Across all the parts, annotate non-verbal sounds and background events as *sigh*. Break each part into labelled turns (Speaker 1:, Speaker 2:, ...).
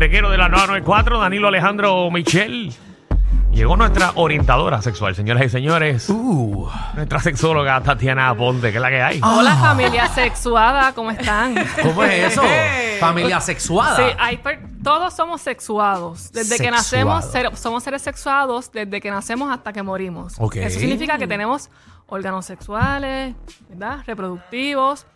Speaker 1: Reguero de la 994, Danilo Alejandro Michel. Llegó nuestra orientadora sexual, señoras y señores.
Speaker 2: Uh.
Speaker 1: Nuestra sexóloga Tatiana Aponte, que es la que
Speaker 2: Oh.
Speaker 1: hay.
Speaker 2: Ah.
Speaker 3: Hola familia sexuada, ¿cómo
Speaker 2: *laughs*
Speaker 3: están?
Speaker 2: ¿Cómo es eso? Familia sexuada.
Speaker 3: Sí, hay per- todos somos sexuados. Desde que
Speaker 2: Sexuado.
Speaker 3: nacemos, ser- somos seres sexuados desde que nacemos hasta que morimos.
Speaker 2: Ok.
Speaker 3: Eso significa que tenemos órganos sexuales, ¿verdad? Reproductivos.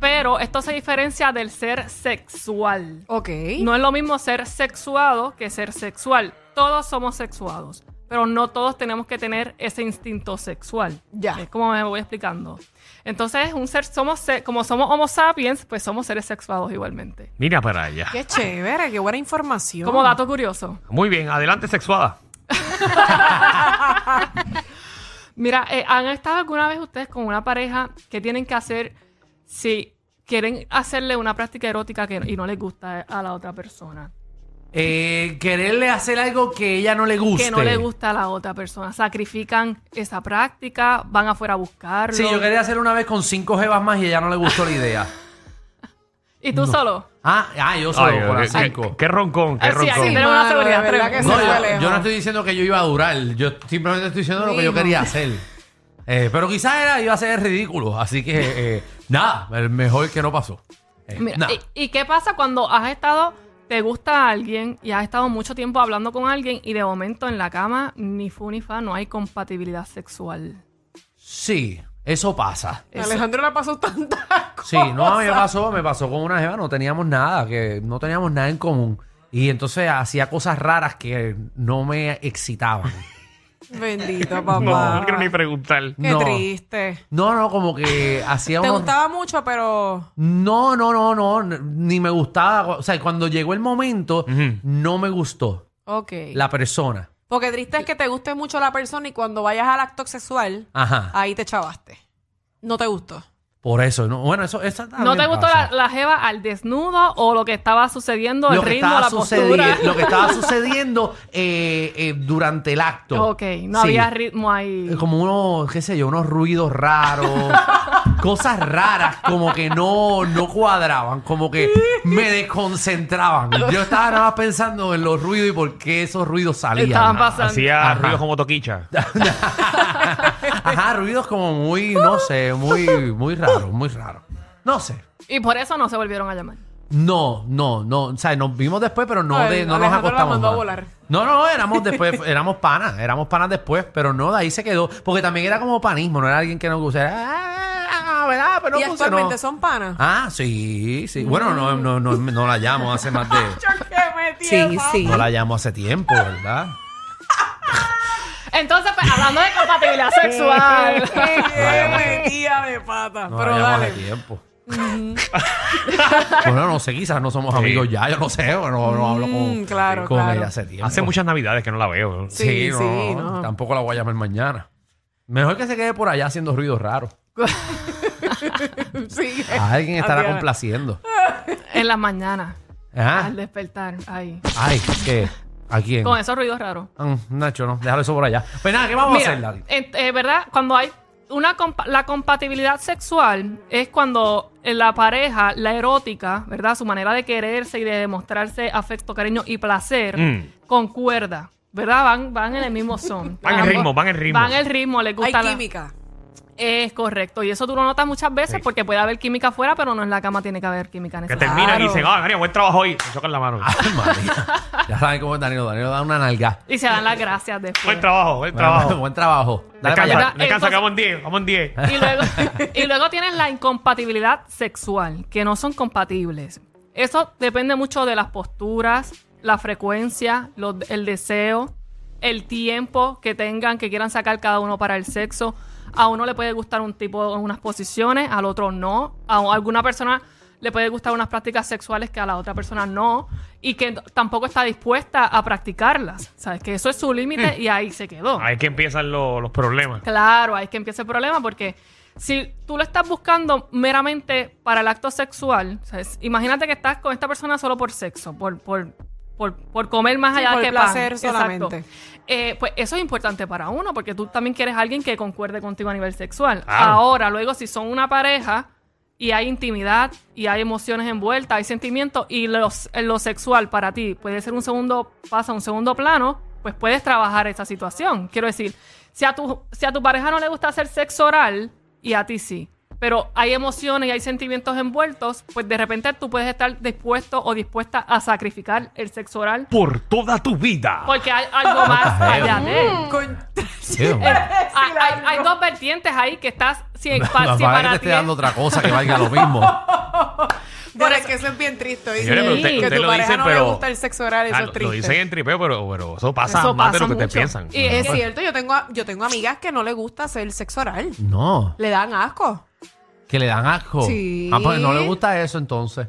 Speaker 3: Pero esto se diferencia del ser sexual.
Speaker 4: Ok.
Speaker 3: No es lo mismo ser sexuado que ser sexual. Todos somos sexuados, pero no todos tenemos que tener ese instinto sexual.
Speaker 4: Ya.
Speaker 3: Es como me voy explicando. Entonces, un ser, somos se- como somos Homo sapiens, pues somos seres sexuados igualmente.
Speaker 1: Mira para allá.
Speaker 4: Qué chévere, qué buena información.
Speaker 3: Como dato curioso.
Speaker 1: Muy bien, adelante sexuada.
Speaker 3: Mira, eh, ¿han estado alguna vez ustedes con una pareja que tienen que hacer si quieren hacerle una práctica erótica que, y no les gusta a la otra persona?
Speaker 2: Eh, quererle hacer algo que ella no le guste.
Speaker 3: Que no le gusta a la otra persona. Sacrifican esa práctica, van afuera a buscarlo.
Speaker 2: Sí, yo quería hacer una vez con cinco jevas más y ella no le gustó la idea.
Speaker 3: ¿Y tú solo?
Speaker 2: Ah, ah yo solo
Speaker 1: Ay,
Speaker 2: con
Speaker 1: qué-
Speaker 2: las
Speaker 1: qué,
Speaker 2: cinco.
Speaker 1: qué roncón, qué
Speaker 3: Ah, sí,
Speaker 1: roncón.
Speaker 3: ahí
Speaker 4: Mano,
Speaker 3: Tenemos una
Speaker 4: de
Speaker 3: seguridad
Speaker 4: verdad que
Speaker 3: tremenda.
Speaker 2: No,
Speaker 4: se
Speaker 2: yo,
Speaker 4: fue lejos.
Speaker 2: yo no estoy diciendo que yo iba a durar. Yo simplemente estoy diciendo lo que yo
Speaker 4: Mínimo.
Speaker 2: quería hacer. Eh, pero quizás era, iba a ser ridículo. Así que eh, nada, el mejor que no pasó. Eh,
Speaker 3: Mira,
Speaker 2: nada.
Speaker 3: ¿y, y qué pasa cuando has estado, te gusta a alguien y has estado mucho tiempo hablando con alguien y de momento en la cama ni fu ni fa no hay compatibilidad sexual?
Speaker 2: Sí, eso pasa.
Speaker 4: Alejandro la pasó tantas
Speaker 2: *laughs*
Speaker 4: cosas.
Speaker 2: Sí, no, a mí me pasó, me pasó con una jeva, no teníamos nada, que no teníamos nada en común. Y entonces hacía cosas raras que no me excitaban.
Speaker 4: Bendito,
Speaker 1: No,
Speaker 4: papá.
Speaker 1: no quiero ni preguntar.
Speaker 4: Qué
Speaker 2: no.
Speaker 4: triste.
Speaker 2: No, no, como que hacía
Speaker 4: Te
Speaker 2: unos-
Speaker 4: gustaba mucho, pero...
Speaker 2: No, no, no, no, n- ni me gustaba. O sea, cuando llegó el momento, no me gustó
Speaker 4: Ok.
Speaker 2: la persona.
Speaker 4: Porque triste es que te guste mucho la persona y cuando vayas al acto sexual,
Speaker 2: Ajá.
Speaker 4: ahí te chavaste. No te gustó.
Speaker 2: Por eso, no, bueno, eso, eso
Speaker 3: ¿No te
Speaker 2: también
Speaker 3: gustó
Speaker 2: pasa.
Speaker 3: la, la jeva al desnudo o lo que estaba sucediendo, el
Speaker 2: lo que,
Speaker 3: ritmo,
Speaker 2: estaba
Speaker 3: la postura? *laughs*
Speaker 2: sucedi- lo que estaba sucediendo eh, eh, durante el acto.
Speaker 3: ok, no
Speaker 2: Sí.
Speaker 3: había ritmo ahí.
Speaker 2: Eh, como unos, qué sé yo, unos ruidos raros, cosas raras como que no, no cuadraban, como que me desconcentraban. Yo estaba nada más pensando en los ruidos y por qué esos ruidos
Speaker 3: Estaban
Speaker 2: salían.
Speaker 3: pasando.
Speaker 1: Hacía
Speaker 2: Ajá. Ah.
Speaker 1: ruidos como toquicha.
Speaker 2: Ajá, ruidos como muy, no sé, muy, muy raros, muy raros. No sé.
Speaker 3: Y por eso no se volvieron a llamar.
Speaker 2: No, no, no, o sea, nos vimos después, pero no,
Speaker 4: Ay,
Speaker 2: de, no nos
Speaker 4: Alejandro la
Speaker 2: acostamos.
Speaker 4: mandó a
Speaker 2: más.
Speaker 4: volar.
Speaker 2: No, no, éramos después, *laughs* éramos panas, éramos panas después, pero no, de ahí se quedó, porque también era como panismo, no era alguien que nos gustara, ah, ¿verdad? Pero
Speaker 4: y
Speaker 2: funcionó.
Speaker 4: actualmente son panas.
Speaker 2: Ah, sí, sí. Bueno, no, no, no, no la llamo hace más de.
Speaker 4: Sí, sí.
Speaker 2: No la llamo hace tiempo, ¿verdad?
Speaker 3: Entonces, pues, hablando de
Speaker 2: *laughs*
Speaker 3: compatibilidad sexual.
Speaker 4: Qué metida de pata.
Speaker 2: No
Speaker 4: pero
Speaker 2: la llamo hace
Speaker 4: dale.
Speaker 2: tiempo. bueno, no sé, quizás no somos amigos ya, yo no sé, no, no hablo con,
Speaker 4: Mm, claro,
Speaker 2: con
Speaker 4: claro.
Speaker 2: ella hace tiempo.
Speaker 1: Hace muchas navidades que no la veo.
Speaker 2: Sí,
Speaker 4: Sí,
Speaker 2: no,
Speaker 4: sí,
Speaker 2: no,
Speaker 4: no.
Speaker 2: Tampoco la voy a llamar mañana. Mejor que se quede por allá haciendo ruidos raros.
Speaker 4: Sí.
Speaker 2: A alguien estará
Speaker 4: Adriana.
Speaker 2: complaciendo.
Speaker 3: en las mañanas,
Speaker 2: Ajá.
Speaker 3: al despertar, ahí.
Speaker 2: Ay, ¿qué? ¿A quién?
Speaker 3: Con esos ruidos raros.
Speaker 2: Ah, Nacho, no, déjalo eso por allá. Pues nada, ¿qué vamos a
Speaker 3: Mira,
Speaker 2: hacer, Lali?
Speaker 3: en- eh, ¿Verdad? Cuando hay una compa- la compatibilidad sexual es cuando en la pareja, la erótica, ¿verdad? Su manera de quererse y de demostrarse afecto, cariño y placer
Speaker 1: Mm.
Speaker 3: concuerda, ¿verdad? Van, van en el mismo son.
Speaker 1: *laughs* Van en
Speaker 3: Ambos-
Speaker 1: ritmo, van en ritmo.
Speaker 3: Van el ritmo, les
Speaker 4: Hay
Speaker 3: gusta la-
Speaker 4: química.
Speaker 3: Es correcto. Y eso tú lo notas muchas veces
Speaker 1: Sí.
Speaker 3: porque puede haber química afuera, pero no en la cama tiene que haber química en
Speaker 1: Que
Speaker 3: esa
Speaker 1: terminan y
Speaker 4: Claro. Ah.
Speaker 1: dicen, ah, María, buen trabajo hoy. Me chocan la mano.
Speaker 2: Ay, María. Ya saben cómo es Danilo. Danilo da una nalga.
Speaker 3: Y se dan las gracias después.
Speaker 1: Buen trabajo, buen trabajo.
Speaker 2: Buen trabajo. Dale para allá. Ah.
Speaker 1: Descansa,
Speaker 3: Mira,
Speaker 4: eh,
Speaker 1: descansa,
Speaker 3: entonces-
Speaker 4: pues
Speaker 1: que vamos en 10, vamos en 10.
Speaker 3: Y luego, *laughs* y luego tienes la incompatibilidad sexual, que no son compatibles. Eso depende mucho de las posturas, la frecuencia, los- el deseo, el tiempo que tengan, que quieran sacar cada uno para el sexo. A uno le puede gustar un tipo en unas posiciones, al otro no. A alguna persona le puede gustar unas prácticas sexuales que a la otra persona no y que t- tampoco está dispuesta a practicarlas. ¿Sabes? Que eso es su límite y ahí se quedó.
Speaker 1: Ahí es que empiezan lo- los problemas.
Speaker 3: Claro, ahí es que empieza el problema porque si tú lo estás buscando meramente para el acto sexual, o sea, es- imagínate que estás con esta persona solo por sexo, por, por, por, por comer más
Speaker 4: Sí,
Speaker 3: allá
Speaker 4: por
Speaker 3: que
Speaker 4: placer
Speaker 3: pan.
Speaker 4: solamente.
Speaker 3: Exacto. Eh, pues eso es importante para uno porque tú también quieres a alguien que concuerde contigo a nivel sexual.
Speaker 1: Claro.
Speaker 3: Ahora, luego si son una pareja y hay intimidad y hay emociones envueltas, hay sentimientos y los, eh, lo sexual para ti puede ser un segundo, pasa a un segundo plano, pues puedes trabajar esa situación. Quiero decir, si a tu, si a tu pareja no le gusta hacer sexo oral y a ti sí, pero hay emociones y hay sentimientos envueltos, pues de repente tú puedes estar dispuesto o dispuesta a sacrificar el sexo oral
Speaker 1: Por toda tu vida.
Speaker 3: porque hay algo más
Speaker 2: Está
Speaker 3: allá
Speaker 2: feo.
Speaker 3: de él.
Speaker 4: Con-
Speaker 2: Ew.
Speaker 4: *laughs*
Speaker 3: Ah, Hay, hay- hay dos vertientes ahí que estás si,
Speaker 2: *laughs*
Speaker 3: pa-
Speaker 2: Papá,
Speaker 3: si
Speaker 2: que te
Speaker 3: para ti
Speaker 2: esté
Speaker 3: es-
Speaker 2: dando otra cosa que valga lo mismo.
Speaker 4: Bueno, es que eso es bien triste. ¿oíste?
Speaker 1: Señores, pero usted-
Speaker 4: que
Speaker 1: usted
Speaker 4: tu
Speaker 1: lo
Speaker 4: pareja
Speaker 1: dice,
Speaker 4: no
Speaker 1: pero-
Speaker 4: le gusta el sexo oral, eso
Speaker 1: Ah,
Speaker 4: es
Speaker 1: lo, lo
Speaker 4: triste.
Speaker 1: dicen en tripeo, pero, pero eso pasa
Speaker 3: Eso
Speaker 1: más de lo
Speaker 3: pasa
Speaker 1: que ustedes
Speaker 3: mucho.
Speaker 1: piensan.
Speaker 3: Y
Speaker 4: Es
Speaker 3: Pues-
Speaker 4: cierto, yo tengo, yo tengo amigas que no le gusta hacer sexo oral.
Speaker 2: No,
Speaker 4: Le dan asco.
Speaker 2: que le dan asco.
Speaker 4: Sí.
Speaker 2: Ah, pues no le gusta eso entonces.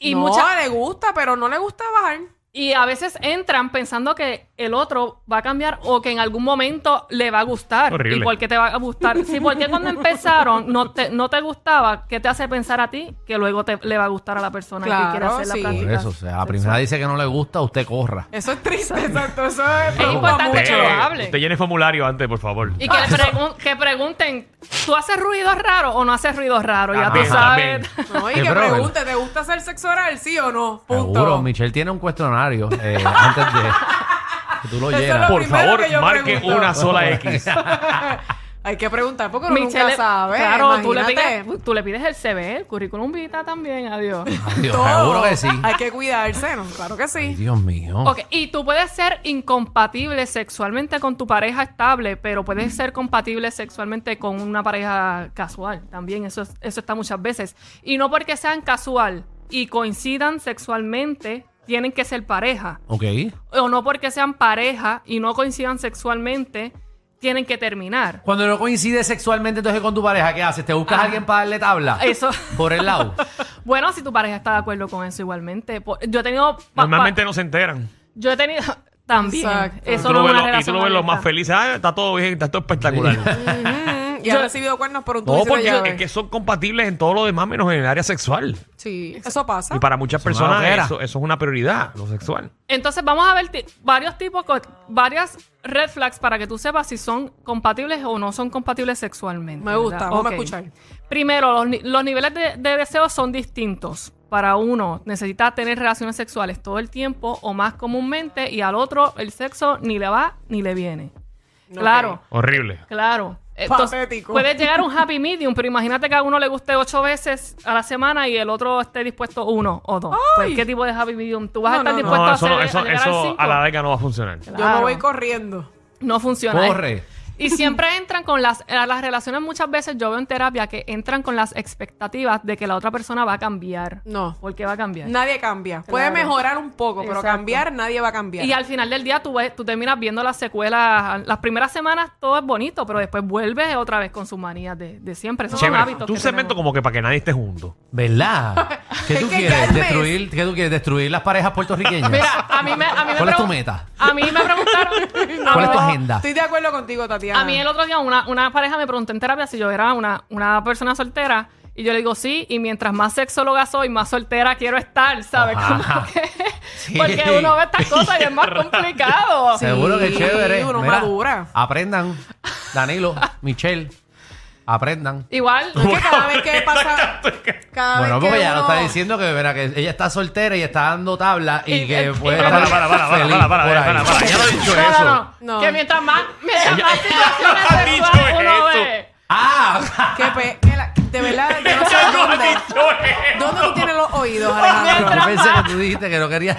Speaker 3: y
Speaker 4: no,
Speaker 3: muchas
Speaker 4: le gusta, pero no le gusta bajar.
Speaker 3: y a veces entran pensando que el otro va a cambiar o que en algún momento le va a gustar.
Speaker 1: Horrible.
Speaker 3: ¿Y por qué te va a gustar? Sí, porque cuando empezaron no te, no te gustaba, ¿qué te hace pensar a ti que luego te, le va a gustar a la persona
Speaker 4: Claro,
Speaker 3: que quiere hacer la
Speaker 4: sí.
Speaker 2: Por
Speaker 3: práctica?
Speaker 2: eso, o sea, la primera dice que no le gusta, usted corra.
Speaker 4: Eso es triste, exacto. Eso es, preocupa
Speaker 3: importante
Speaker 4: mucho.
Speaker 3: que lo hable.
Speaker 1: usted llene el formulario antes, por favor.
Speaker 3: Y que, le pregun- que pregunten, ¿tú haces ruido raro o no haces ruido raro? Ya tú
Speaker 1: También,
Speaker 3: sabes.
Speaker 1: también.
Speaker 4: No, y
Speaker 2: Qué
Speaker 4: que
Speaker 2: brother.
Speaker 4: pregunte, ¿te gusta hacer sexo oral, sí o no? Punto.
Speaker 2: Seguro, Michelle tiene un cuestionario eh, antes de que tú lo
Speaker 4: Eso es
Speaker 2: llenas. pues,
Speaker 4: lo
Speaker 1: Por
Speaker 4: primero
Speaker 1: favor,
Speaker 4: que yo
Speaker 1: marque
Speaker 4: pregunto.
Speaker 1: una sola
Speaker 3: *laughs*
Speaker 1: X.
Speaker 4: *laughs* Hay que preguntar porque uno
Speaker 3: Michelle,
Speaker 4: nunca sabe.
Speaker 3: claro, tú le,
Speaker 4: imagínate.
Speaker 3: pides, tú le pides el CV, el currículum vitae también, adiós.
Speaker 2: Dios,
Speaker 4: Todo.
Speaker 2: seguro que sí.
Speaker 4: Hay que cuidarse, ¿no? Claro que
Speaker 2: Ay,
Speaker 4: sí.
Speaker 2: Dios mío.
Speaker 1: Oh.
Speaker 3: Ok, y tú puedes ser incompatible sexualmente con tu pareja estable, pero
Speaker 1: Mm.
Speaker 3: puedes ser compatible sexualmente con una pareja casual. También eso, es- eso está muchas veces. Y no porque sean casual y coincidan sexualmente, tienen que ser pareja.
Speaker 2: Ok.
Speaker 3: O no porque sean pareja y no coincidan sexualmente, tienen
Speaker 1: *laughs*
Speaker 3: que terminar.
Speaker 2: Cuando no coincide sexualmente entonces con tu pareja, ¿qué haces? ¿Te buscas a alguien para darle tabla?
Speaker 3: Eso.
Speaker 2: Por el
Speaker 4: *laughs*
Speaker 2: lado.
Speaker 3: Bueno, si tu pareja está de acuerdo con eso igualmente. Por- Yo he tenido... pa- pa-
Speaker 1: Normalmente no se enteran.
Speaker 3: Yo he tenido... *laughs* También.
Speaker 4: Exacto.
Speaker 1: Y
Speaker 3: Eso
Speaker 1: tú
Speaker 3: no
Speaker 1: lo ves lo-
Speaker 3: es una
Speaker 1: y tú
Speaker 3: relación
Speaker 1: lo ves los
Speaker 3: abierta.
Speaker 1: más felices. Ah, está todo bien, está todo espectacular.
Speaker 4: Mm, y
Speaker 3: Yo-
Speaker 4: han recibido cuernos por un
Speaker 1: No,
Speaker 4: dulce de
Speaker 1: porque
Speaker 3: eh.
Speaker 4: llave.
Speaker 1: es que son compatibles en todo lo demás menos en el área sexual.
Speaker 4: Sí, eso
Speaker 3: Ah.
Speaker 4: pasa.
Speaker 1: Y para muchas
Speaker 2: Son una
Speaker 1: personas
Speaker 2: loquera.
Speaker 1: eso, eso es una prioridad, lo sexual.
Speaker 3: Entonces vamos a ver ti- varios tipos, co- varias red flags para que tú sepas si son compatibles o no son compatibles sexualmente.
Speaker 4: Me gusta,
Speaker 3: ¿verdad?
Speaker 4: vamos a
Speaker 3: Ok.
Speaker 4: escuchar.
Speaker 3: Primero, los, ni- los niveles de, de deseo son distintos. Para uno necesita tener relaciones sexuales todo el tiempo o más comúnmente y al otro el sexo ni le va ni le viene. Claro,
Speaker 1: Horrible.
Speaker 3: claro. Entonces,
Speaker 4: Patético.
Speaker 3: Puede llegar a un happy medium, pero imagínate que a uno le guste ocho veces a la semana y el otro esté dispuesto uno o dos. Pues, ¿Qué tipo de happy medium? ¿Tú vas
Speaker 4: No,
Speaker 3: a estar
Speaker 4: no, no.
Speaker 3: dispuesto
Speaker 1: No,
Speaker 3: a,
Speaker 1: eso, no-
Speaker 3: hacer-
Speaker 1: eso,
Speaker 3: a llegar al
Speaker 1: eso
Speaker 3: cinco?
Speaker 1: a la larga no va a funcionar.
Speaker 4: Yo me
Speaker 3: Claro.
Speaker 4: voy corriendo.
Speaker 3: No funciona.
Speaker 2: Corre.
Speaker 3: Y siempre entran con las, a las relaciones muchas veces, yo veo en terapia que entran con las expectativas de que la otra persona va a cambiar.
Speaker 4: No.
Speaker 3: ¿Por qué va a cambiar?
Speaker 4: Nadie cambia. Puede
Speaker 3: Claro.
Speaker 4: mejorar un poco, pero
Speaker 3: Exacto.
Speaker 4: cambiar nadie va a cambiar.
Speaker 3: Y al final del día tú, ves- tú terminas viendo las secuelas. Las primeras semanas todo es bonito, pero después vuelves otra vez con sus manías de, de siempre. Esos son
Speaker 1: Chévere.
Speaker 3: hábitos.
Speaker 1: Tú
Speaker 3: que
Speaker 1: cemento
Speaker 3: tenemos.
Speaker 1: como que para que nadie esté junto.
Speaker 4: *laughs*
Speaker 2: ¿Verdad? ¿Qué
Speaker 4: Es
Speaker 2: tú
Speaker 4: que
Speaker 2: quieres?
Speaker 4: Carmen-
Speaker 2: ¿Destruir, ¿Qué tú quieres? ¿Destruir las parejas puertorriqueñas?
Speaker 3: Mira, a mí me, a mí me
Speaker 2: ¿Cuál es tu
Speaker 3: pregun-
Speaker 2: meta?
Speaker 3: A mí me preguntaron.
Speaker 2: ¿Cuál es tu
Speaker 4: No,
Speaker 2: agenda?
Speaker 4: Ah, Estoy de acuerdo contigo, Tatiana.
Speaker 3: A mí el otro día una, una pareja me preguntó en terapia si yo era una, una persona soltera y yo le digo sí y mientras más sexóloga soy, más soltera quiero estar, ¿sabes? Como
Speaker 2: Ajá.
Speaker 3: que-
Speaker 2: Sí.
Speaker 3: Porque uno ve estas cosas y es más complicado.
Speaker 4: Sí.
Speaker 2: Seguro que es chévere.
Speaker 4: uno
Speaker 2: Mira,
Speaker 4: madura.
Speaker 2: Aprendan,
Speaker 4: *laughs*
Speaker 2: Danilo, Michelle, aprendan.
Speaker 3: Igual,
Speaker 4: Es que cada
Speaker 2: *laughs*
Speaker 4: vez que pasa. Cada
Speaker 2: Bueno,
Speaker 4: vez
Speaker 2: porque
Speaker 4: que
Speaker 2: ella
Speaker 4: uno...
Speaker 2: nos está diciendo que, verá, que ella está soltera y está dando tabla y,
Speaker 3: Y-
Speaker 2: que
Speaker 3: y-
Speaker 2: puede
Speaker 3: Para,
Speaker 2: estar
Speaker 1: para, para, para,
Speaker 2: feliz
Speaker 1: para, para,
Speaker 2: por ahí.
Speaker 1: para, para. Ya lo he dicho
Speaker 3: no,
Speaker 1: eso.
Speaker 3: no, no,
Speaker 4: No.
Speaker 3: Que mientras más, mientras
Speaker 1: Ella-
Speaker 3: más situaciones
Speaker 1: Ha dicho
Speaker 3: sexuales uno
Speaker 1: eso.
Speaker 3: ve.
Speaker 2: Ah, *laughs*
Speaker 4: Que pe- que la- De verdad, yo no sé
Speaker 1: Ya lo
Speaker 4: dónde.
Speaker 1: he dicho eso.
Speaker 4: ¿Dónde tú tienes los
Speaker 2: *laughs*
Speaker 4: oídos,
Speaker 2: yo
Speaker 4: Alejandro?
Speaker 2: pensé que tú dijiste que
Speaker 3: *laughs*
Speaker 2: no querías.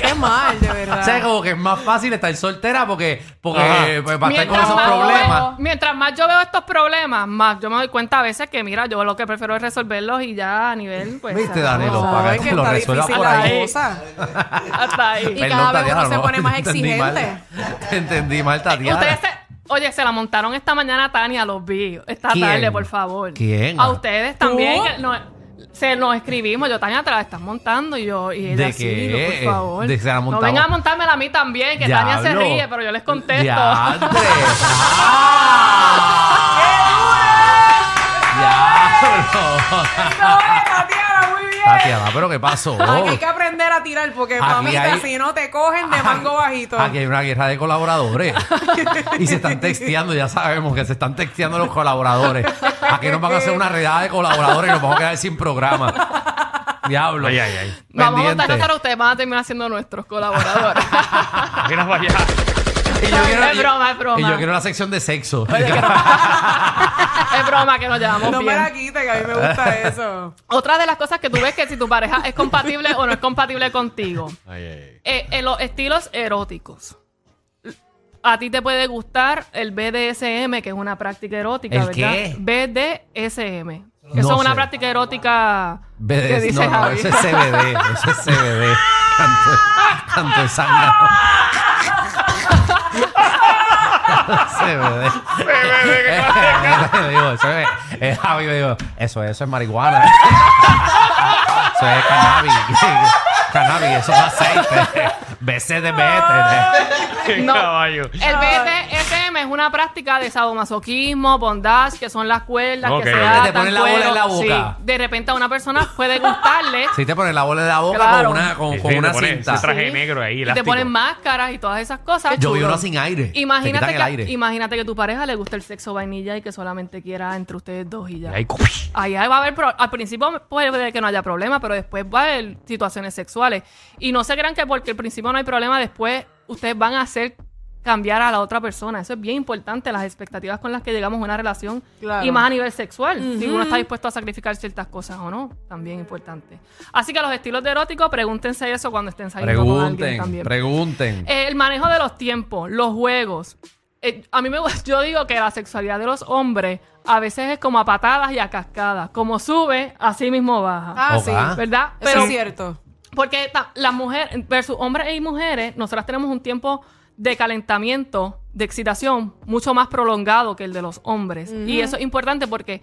Speaker 4: Qué mal, de
Speaker 2: o sea,
Speaker 4: verdad.
Speaker 2: como que es más fácil estar soltera porque,
Speaker 1: Ajá.
Speaker 2: porque pues, para estar con
Speaker 3: Mientras
Speaker 2: esos
Speaker 3: más, yo veo,
Speaker 2: problemas.
Speaker 3: mientras más yo veo estos problemas, más yo me doy cuenta a veces que, mira, yo lo que prefiero es resolverlos y ya a nivel, pues. se
Speaker 2: Viste,
Speaker 3: acabó.
Speaker 2: Danilo,
Speaker 4: No,
Speaker 2: para
Speaker 4: es
Speaker 2: que
Speaker 4: que
Speaker 2: lo
Speaker 4: está
Speaker 2: resuelva
Speaker 4: difícil
Speaker 2: por
Speaker 4: la
Speaker 2: ahí.
Speaker 4: cosa.
Speaker 3: *laughs* Hasta ahí.
Speaker 4: Y cada vez uno se
Speaker 2: no,
Speaker 4: pone más
Speaker 2: te entendí mal.
Speaker 4: exigente.
Speaker 2: Te *laughs* entendí mal, Tatiana.
Speaker 3: Ustedes se- Oye, se la montaron esta mañana a Tania, los vi. Esta
Speaker 2: ¿Quién?
Speaker 3: tarde, por favor.
Speaker 2: ¿Quién?
Speaker 3: A ustedes también.
Speaker 4: ¿Tú?
Speaker 3: que no- se nos escribimos, yo Tania te la estás montando y yo, y ella
Speaker 2: ¿De
Speaker 3: sí,
Speaker 2: qué?
Speaker 3: yo, por favor.
Speaker 2: ¿De que se la
Speaker 3: no
Speaker 2: montaba?
Speaker 3: vengan a montármela a mí también, que Tania se
Speaker 2: Diablo.
Speaker 3: ríe, pero yo les contesto. *laughs*
Speaker 2: ¡Diantre! ¡Ah!
Speaker 4: No, eh, Tatiana, muy bien.
Speaker 2: ¡Diablo! Tatiana, pero ¿qué pasó?
Speaker 4: Aquí hay que aprender a tirar porque,
Speaker 2: Aquí
Speaker 4: mamita,
Speaker 2: hay-
Speaker 4: si no te cogen de mango bajito.
Speaker 2: Aquí hay una guerra
Speaker 3: *laughs*
Speaker 2: de colaboradores. y se están texteando, ya sabemos que se están texteando los colaboradores. Aquí nos van a hacer una redada de colaboradores y nos vamos a quedar sin programa. Diablo.
Speaker 1: Ay, ay, ay.
Speaker 3: Vamos a
Speaker 2: Pendiente.
Speaker 3: montar a ustedes, van a terminar siendo nuestros
Speaker 2: *laughs*
Speaker 3: colaboradores.
Speaker 1: Mira para
Speaker 3: *laughs*
Speaker 1: allá.
Speaker 2: Y yo quiero,
Speaker 3: Es broma, es broma.
Speaker 2: Y yo quiero la sección de sexo.
Speaker 3: es broma que nos llevamos
Speaker 4: No me
Speaker 3: bien.
Speaker 4: la quiten, que a mí
Speaker 2: *laughs*
Speaker 4: me gusta eso.
Speaker 3: Otra de las cosas que tú ves que si tu pareja es compatible o no es compatible contigo.
Speaker 1: Ay, ay.
Speaker 3: Eh, en los estilos eróticos. A ti te puede gustar el BDSM, que es una práctica erótica,
Speaker 2: ¿El
Speaker 3: ¿verdad?
Speaker 2: qué?
Speaker 3: BDSM. Eso
Speaker 2: No
Speaker 3: es una
Speaker 2: sé.
Speaker 3: práctica erótica.
Speaker 2: BDS,
Speaker 3: ¿Qué dice
Speaker 2: no, no,
Speaker 3: Javi?
Speaker 2: eso es CBD, eso es CBD. Canto, canto de zángano. CBD. CBD. digo, eso es, eh, Javi me dijo, eso, eso es marihuana. eso es cannabis. cannabis, eso es aceite. BCDBT.
Speaker 1: Qué
Speaker 3: No.
Speaker 1: caballo.
Speaker 3: El BDSM es una práctica de sadomasoquismo, bondage, que son las cuerdas
Speaker 1: Ok.
Speaker 3: que se
Speaker 1: Te
Speaker 3: atan,
Speaker 2: ponen la bola en la
Speaker 3: cueros.
Speaker 2: boca.
Speaker 3: Sí. De repente a una persona puede gustarle
Speaker 2: Si te pones la bola de la boca
Speaker 3: Claro.
Speaker 2: con una, con,
Speaker 1: Sí,
Speaker 2: con
Speaker 1: sí,
Speaker 2: una
Speaker 1: te pones
Speaker 2: cinta.
Speaker 1: ese traje
Speaker 3: Sí.
Speaker 1: negro ahí,
Speaker 3: y te
Speaker 1: elástico.
Speaker 3: ponen máscaras y todas esas cosas.
Speaker 2: Yo vi una sin aire. Te
Speaker 3: Imagínate
Speaker 2: quitan
Speaker 3: que,
Speaker 2: el aire.
Speaker 3: imagínate que tu pareja le gusta el sexo vainilla y que solamente quiera entre ustedes dos y
Speaker 1: Y
Speaker 3: ya.
Speaker 1: ahí,
Speaker 3: Ahí va a haber, pro- al principio puede que no haya problema, pero después va a haber situaciones sexuales. Y no se crean que porque al principio no hay problema, después ustedes van a hacer cambiar a la otra persona. Eso es bien importante, las expectativas con las que llegamos a una relación
Speaker 4: Claro.
Speaker 3: y más a nivel sexual, si uno está dispuesto a sacrificar ciertas cosas o no, también importante. Así que los estilos de erótico, pregúntense eso cuando estén saliendo con alguien
Speaker 2: Pregunten,
Speaker 3: también.
Speaker 2: pregunten.
Speaker 3: Eh, el manejo de los tiempos, los juegos. Eh, a mí me gu- *laughs* yo digo que la sexualidad de los hombres a veces es como a patadas y a cascadas. Como sube, así mismo baja.
Speaker 4: Ah, sí.
Speaker 2: Ojalá.
Speaker 3: ¿Verdad?
Speaker 4: Eso
Speaker 3: *laughs*
Speaker 4: es cierto.
Speaker 3: porque ta- las mujeres, versus hombres y mujeres, nosotras tenemos un tiempo de calentamiento, de excitación, mucho más prolongado que el de los hombres. Y eso es importante porque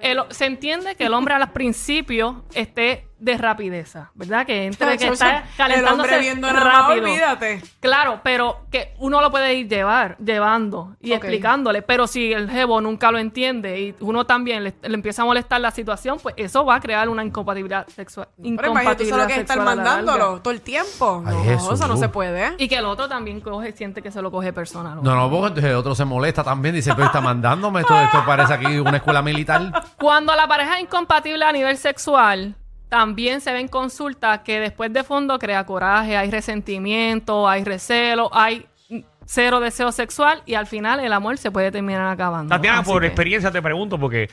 Speaker 3: el- se entiende que el hombre
Speaker 4: *laughs*
Speaker 3: al principio esté de rapideza, ¿verdad? Que entre
Speaker 4: *laughs*
Speaker 3: que está
Speaker 4: el
Speaker 3: calentándose
Speaker 4: hombre viendo nada más,
Speaker 3: rápido.
Speaker 4: olvídate.
Speaker 3: Claro, pero que uno lo puede ir llevar, llevando y
Speaker 4: Ok.
Speaker 3: explicándole. Pero si el jevo nunca lo entiende y uno también le, le empieza a molestar la situación, pues eso va a crear una incompatibilidad sexual.
Speaker 4: Pero imagínate tú solo que
Speaker 3: incompatibilidad
Speaker 4: estar
Speaker 3: sexual a la
Speaker 4: mandándolo
Speaker 3: larga.
Speaker 4: todo el tiempo.
Speaker 2: Ay,
Speaker 4: no,
Speaker 2: Jesús.
Speaker 4: eso no se puede.
Speaker 3: Y que el otro también coge, siente que se lo coge personal.
Speaker 2: No, no, porque entonces el otro se molesta también. Dice, pero está mandándome esto. Esto parece aquí una escuela militar.
Speaker 3: Cuando la pareja es incompatible a nivel sexual, también se ven consultas que después de fondo crea coraje, hay resentimiento, hay recelo, hay mm, cero deseo sexual y al final el amor se puede terminar acabando.
Speaker 1: Tatiana,
Speaker 3: Así
Speaker 1: por
Speaker 3: que-
Speaker 1: experiencia te pregunto, porque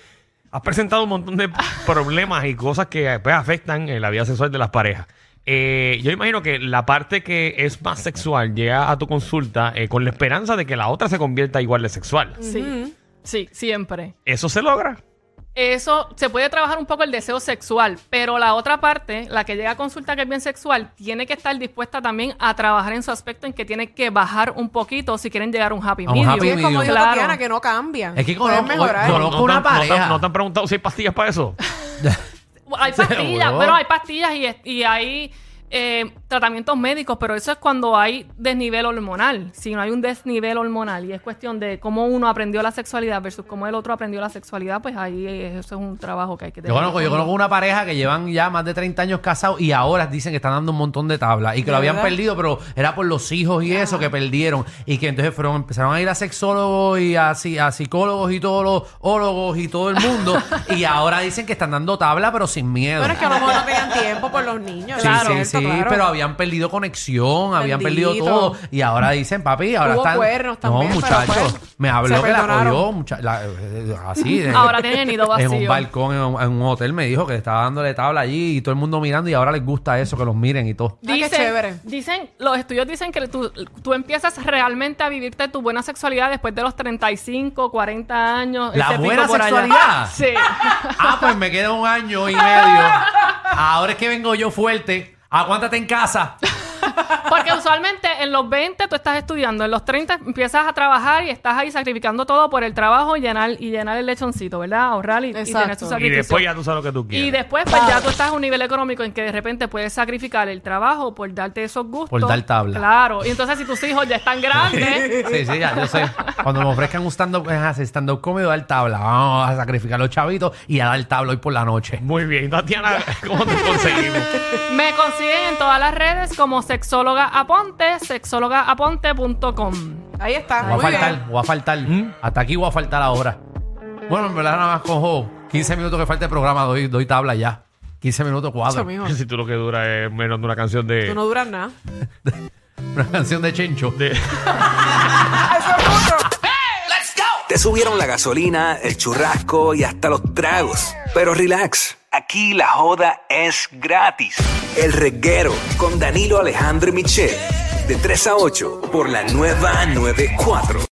Speaker 1: has presentado un montón de problemas y cosas que pues, afectan en la vida sexual de las parejas. Eh, yo imagino que la parte que es más sexual llega a tu consulta eh, con la esperanza de que la otra se convierta igual de sexual.
Speaker 3: Sí, sí, siempre.
Speaker 1: ¿Eso se logra?
Speaker 3: Eso se puede trabajar un poco el deseo sexual, pero la otra parte, la que llega a consulta que es bien sexual, tiene que estar dispuesta también a trabajar en su aspecto en que tiene que bajar un poquito si quieren llegar a un happy
Speaker 2: A un
Speaker 3: medium.
Speaker 2: happy
Speaker 4: Sí, es como dijo
Speaker 3: Claro.
Speaker 4: Tatiana, que no cambia.
Speaker 2: Es que
Speaker 4: Pueden
Speaker 2: conozco-
Speaker 4: mejorar.
Speaker 2: conozco- Conozco
Speaker 1: te
Speaker 2: una
Speaker 1: han- te han-
Speaker 2: pareja.
Speaker 1: no te han preguntado si hay pastillas para eso.
Speaker 2: *laughs*
Speaker 3: Hay pastillas,
Speaker 2: Seguro.
Speaker 3: pero hay pastillas y, es- y hay eh, tratamientos médicos, pero eso es cuando hay desnivel hormonal. Si no hay un desnivel hormonal y es cuestión de cómo uno aprendió la sexualidad versus cómo el otro aprendió la sexualidad, pues ahí eh, eso es un trabajo que hay que tener.
Speaker 2: Yo conozco, yo conozco una pareja que llevan ya más de 30 años casados y ahora dicen que están dando un montón de tablas y que lo
Speaker 4: ¿De
Speaker 2: habían
Speaker 4: verdad?
Speaker 2: perdido, pero era por los hijos y eso que perdieron. Y que entonces fueron, empezaron a ir a sexólogos y a, si- a psicólogos y todos los ólogos y todo el
Speaker 4: *laughs*
Speaker 2: mundo. y ahora dicen que están dando tabla, pero sin miedo.
Speaker 4: Pero es que a lo mejor no tenían tiempo por los niños.
Speaker 2: Sí,
Speaker 4: claro,
Speaker 2: sí,
Speaker 4: ¿cierto?
Speaker 2: sí,
Speaker 4: Claro.
Speaker 2: pero habían perdido conexión, habían perdido
Speaker 4: Bendito.
Speaker 2: todo. Y ahora dicen, papi, ahora
Speaker 4: Hubo
Speaker 2: están.
Speaker 4: cuernos también,
Speaker 2: no,
Speaker 4: pero
Speaker 2: muchachos,
Speaker 4: pues,
Speaker 2: me
Speaker 4: se
Speaker 2: habló que la
Speaker 4: perdonaron.
Speaker 2: cogió, mucha- la- eh,
Speaker 4: *laughs*
Speaker 2: así. de-
Speaker 3: Ahora tiene el nido
Speaker 2: En un
Speaker 3: vacío.
Speaker 2: balcón, en un, en un hotel, me dijo que estaba dándole tabla allí y todo el mundo mirando y ahora les gusta eso, que los miren y
Speaker 4: *laughs*
Speaker 2: todo.
Speaker 4: Ah, qué chévere.
Speaker 3: dicen, los estudios dicen que tú, tú empiezas realmente a vivirte tu buena sexualidad después de los 35, 40 años.
Speaker 2: ¿La
Speaker 3: ese pico
Speaker 2: buena
Speaker 3: por allá.
Speaker 2: sexualidad?
Speaker 3: *laughs* Sí.
Speaker 2: Ah, pues me
Speaker 4: *laughs*
Speaker 2: queda un año y medio. Ahora es que vengo yo fuerte. Aguántate en casa.
Speaker 3: Porque usualmente en los 20 tú estás estudiando, en los 30 empiezas a trabajar y estás ahí sacrificando todo por el trabajo y llenar, y llenar el lechoncito, ¿verdad? Ahorrar y, y tener
Speaker 4: Exacto.
Speaker 3: tu
Speaker 4: Y
Speaker 1: Y
Speaker 3: sacrificio.
Speaker 1: después ya tú sabes lo que tú quieres.
Speaker 3: Y después, pues ya tú estás a un nivel económico en que de repente puedes sacrificar el trabajo por darte esos gustos.
Speaker 2: Por dar tabla.
Speaker 3: Claro. Y entonces, si tus hijos ya
Speaker 2: *laughs*
Speaker 3: están grandes,
Speaker 2: Sí, sí, ya, yo sé. Cuando me ofrezcan un stand-up, ajá, sí, stand-up comedy, dar tabla. Vamos a sacrificar los chavitos y a dar tabla hoy por la noche.
Speaker 1: Muy bien. Tatiana, ¿cómo te conseguimos?
Speaker 3: me consiguen en todas las redes como sexóloga aponte, sexólogaaponte.com.
Speaker 4: Ahí está.
Speaker 2: Voy a
Speaker 4: Ah, Muy
Speaker 2: faltar,
Speaker 4: bien. ¿Mm?
Speaker 2: voy a faltar. Hasta aquí voy a faltar ahora. Bueno, en verdad nada más cojo 15 minutos que falta el programa, doy, doy tabla ya. 15 minutos
Speaker 4: Eso,
Speaker 2: cuadro.
Speaker 4: mijo.
Speaker 1: *laughs* si tú lo que dura es menos de una canción de.
Speaker 4: Tú no duras nada.
Speaker 2: Una canción de Chencho.
Speaker 1: de-
Speaker 4: Eso es mucho.
Speaker 5: Te subieron la gasolina, el churrasco y hasta los tragos. Pero relax, aquí la joda es gratis. El reguero con Danilo Alejandro y Michel, de 3 a 8 por la nueva 94.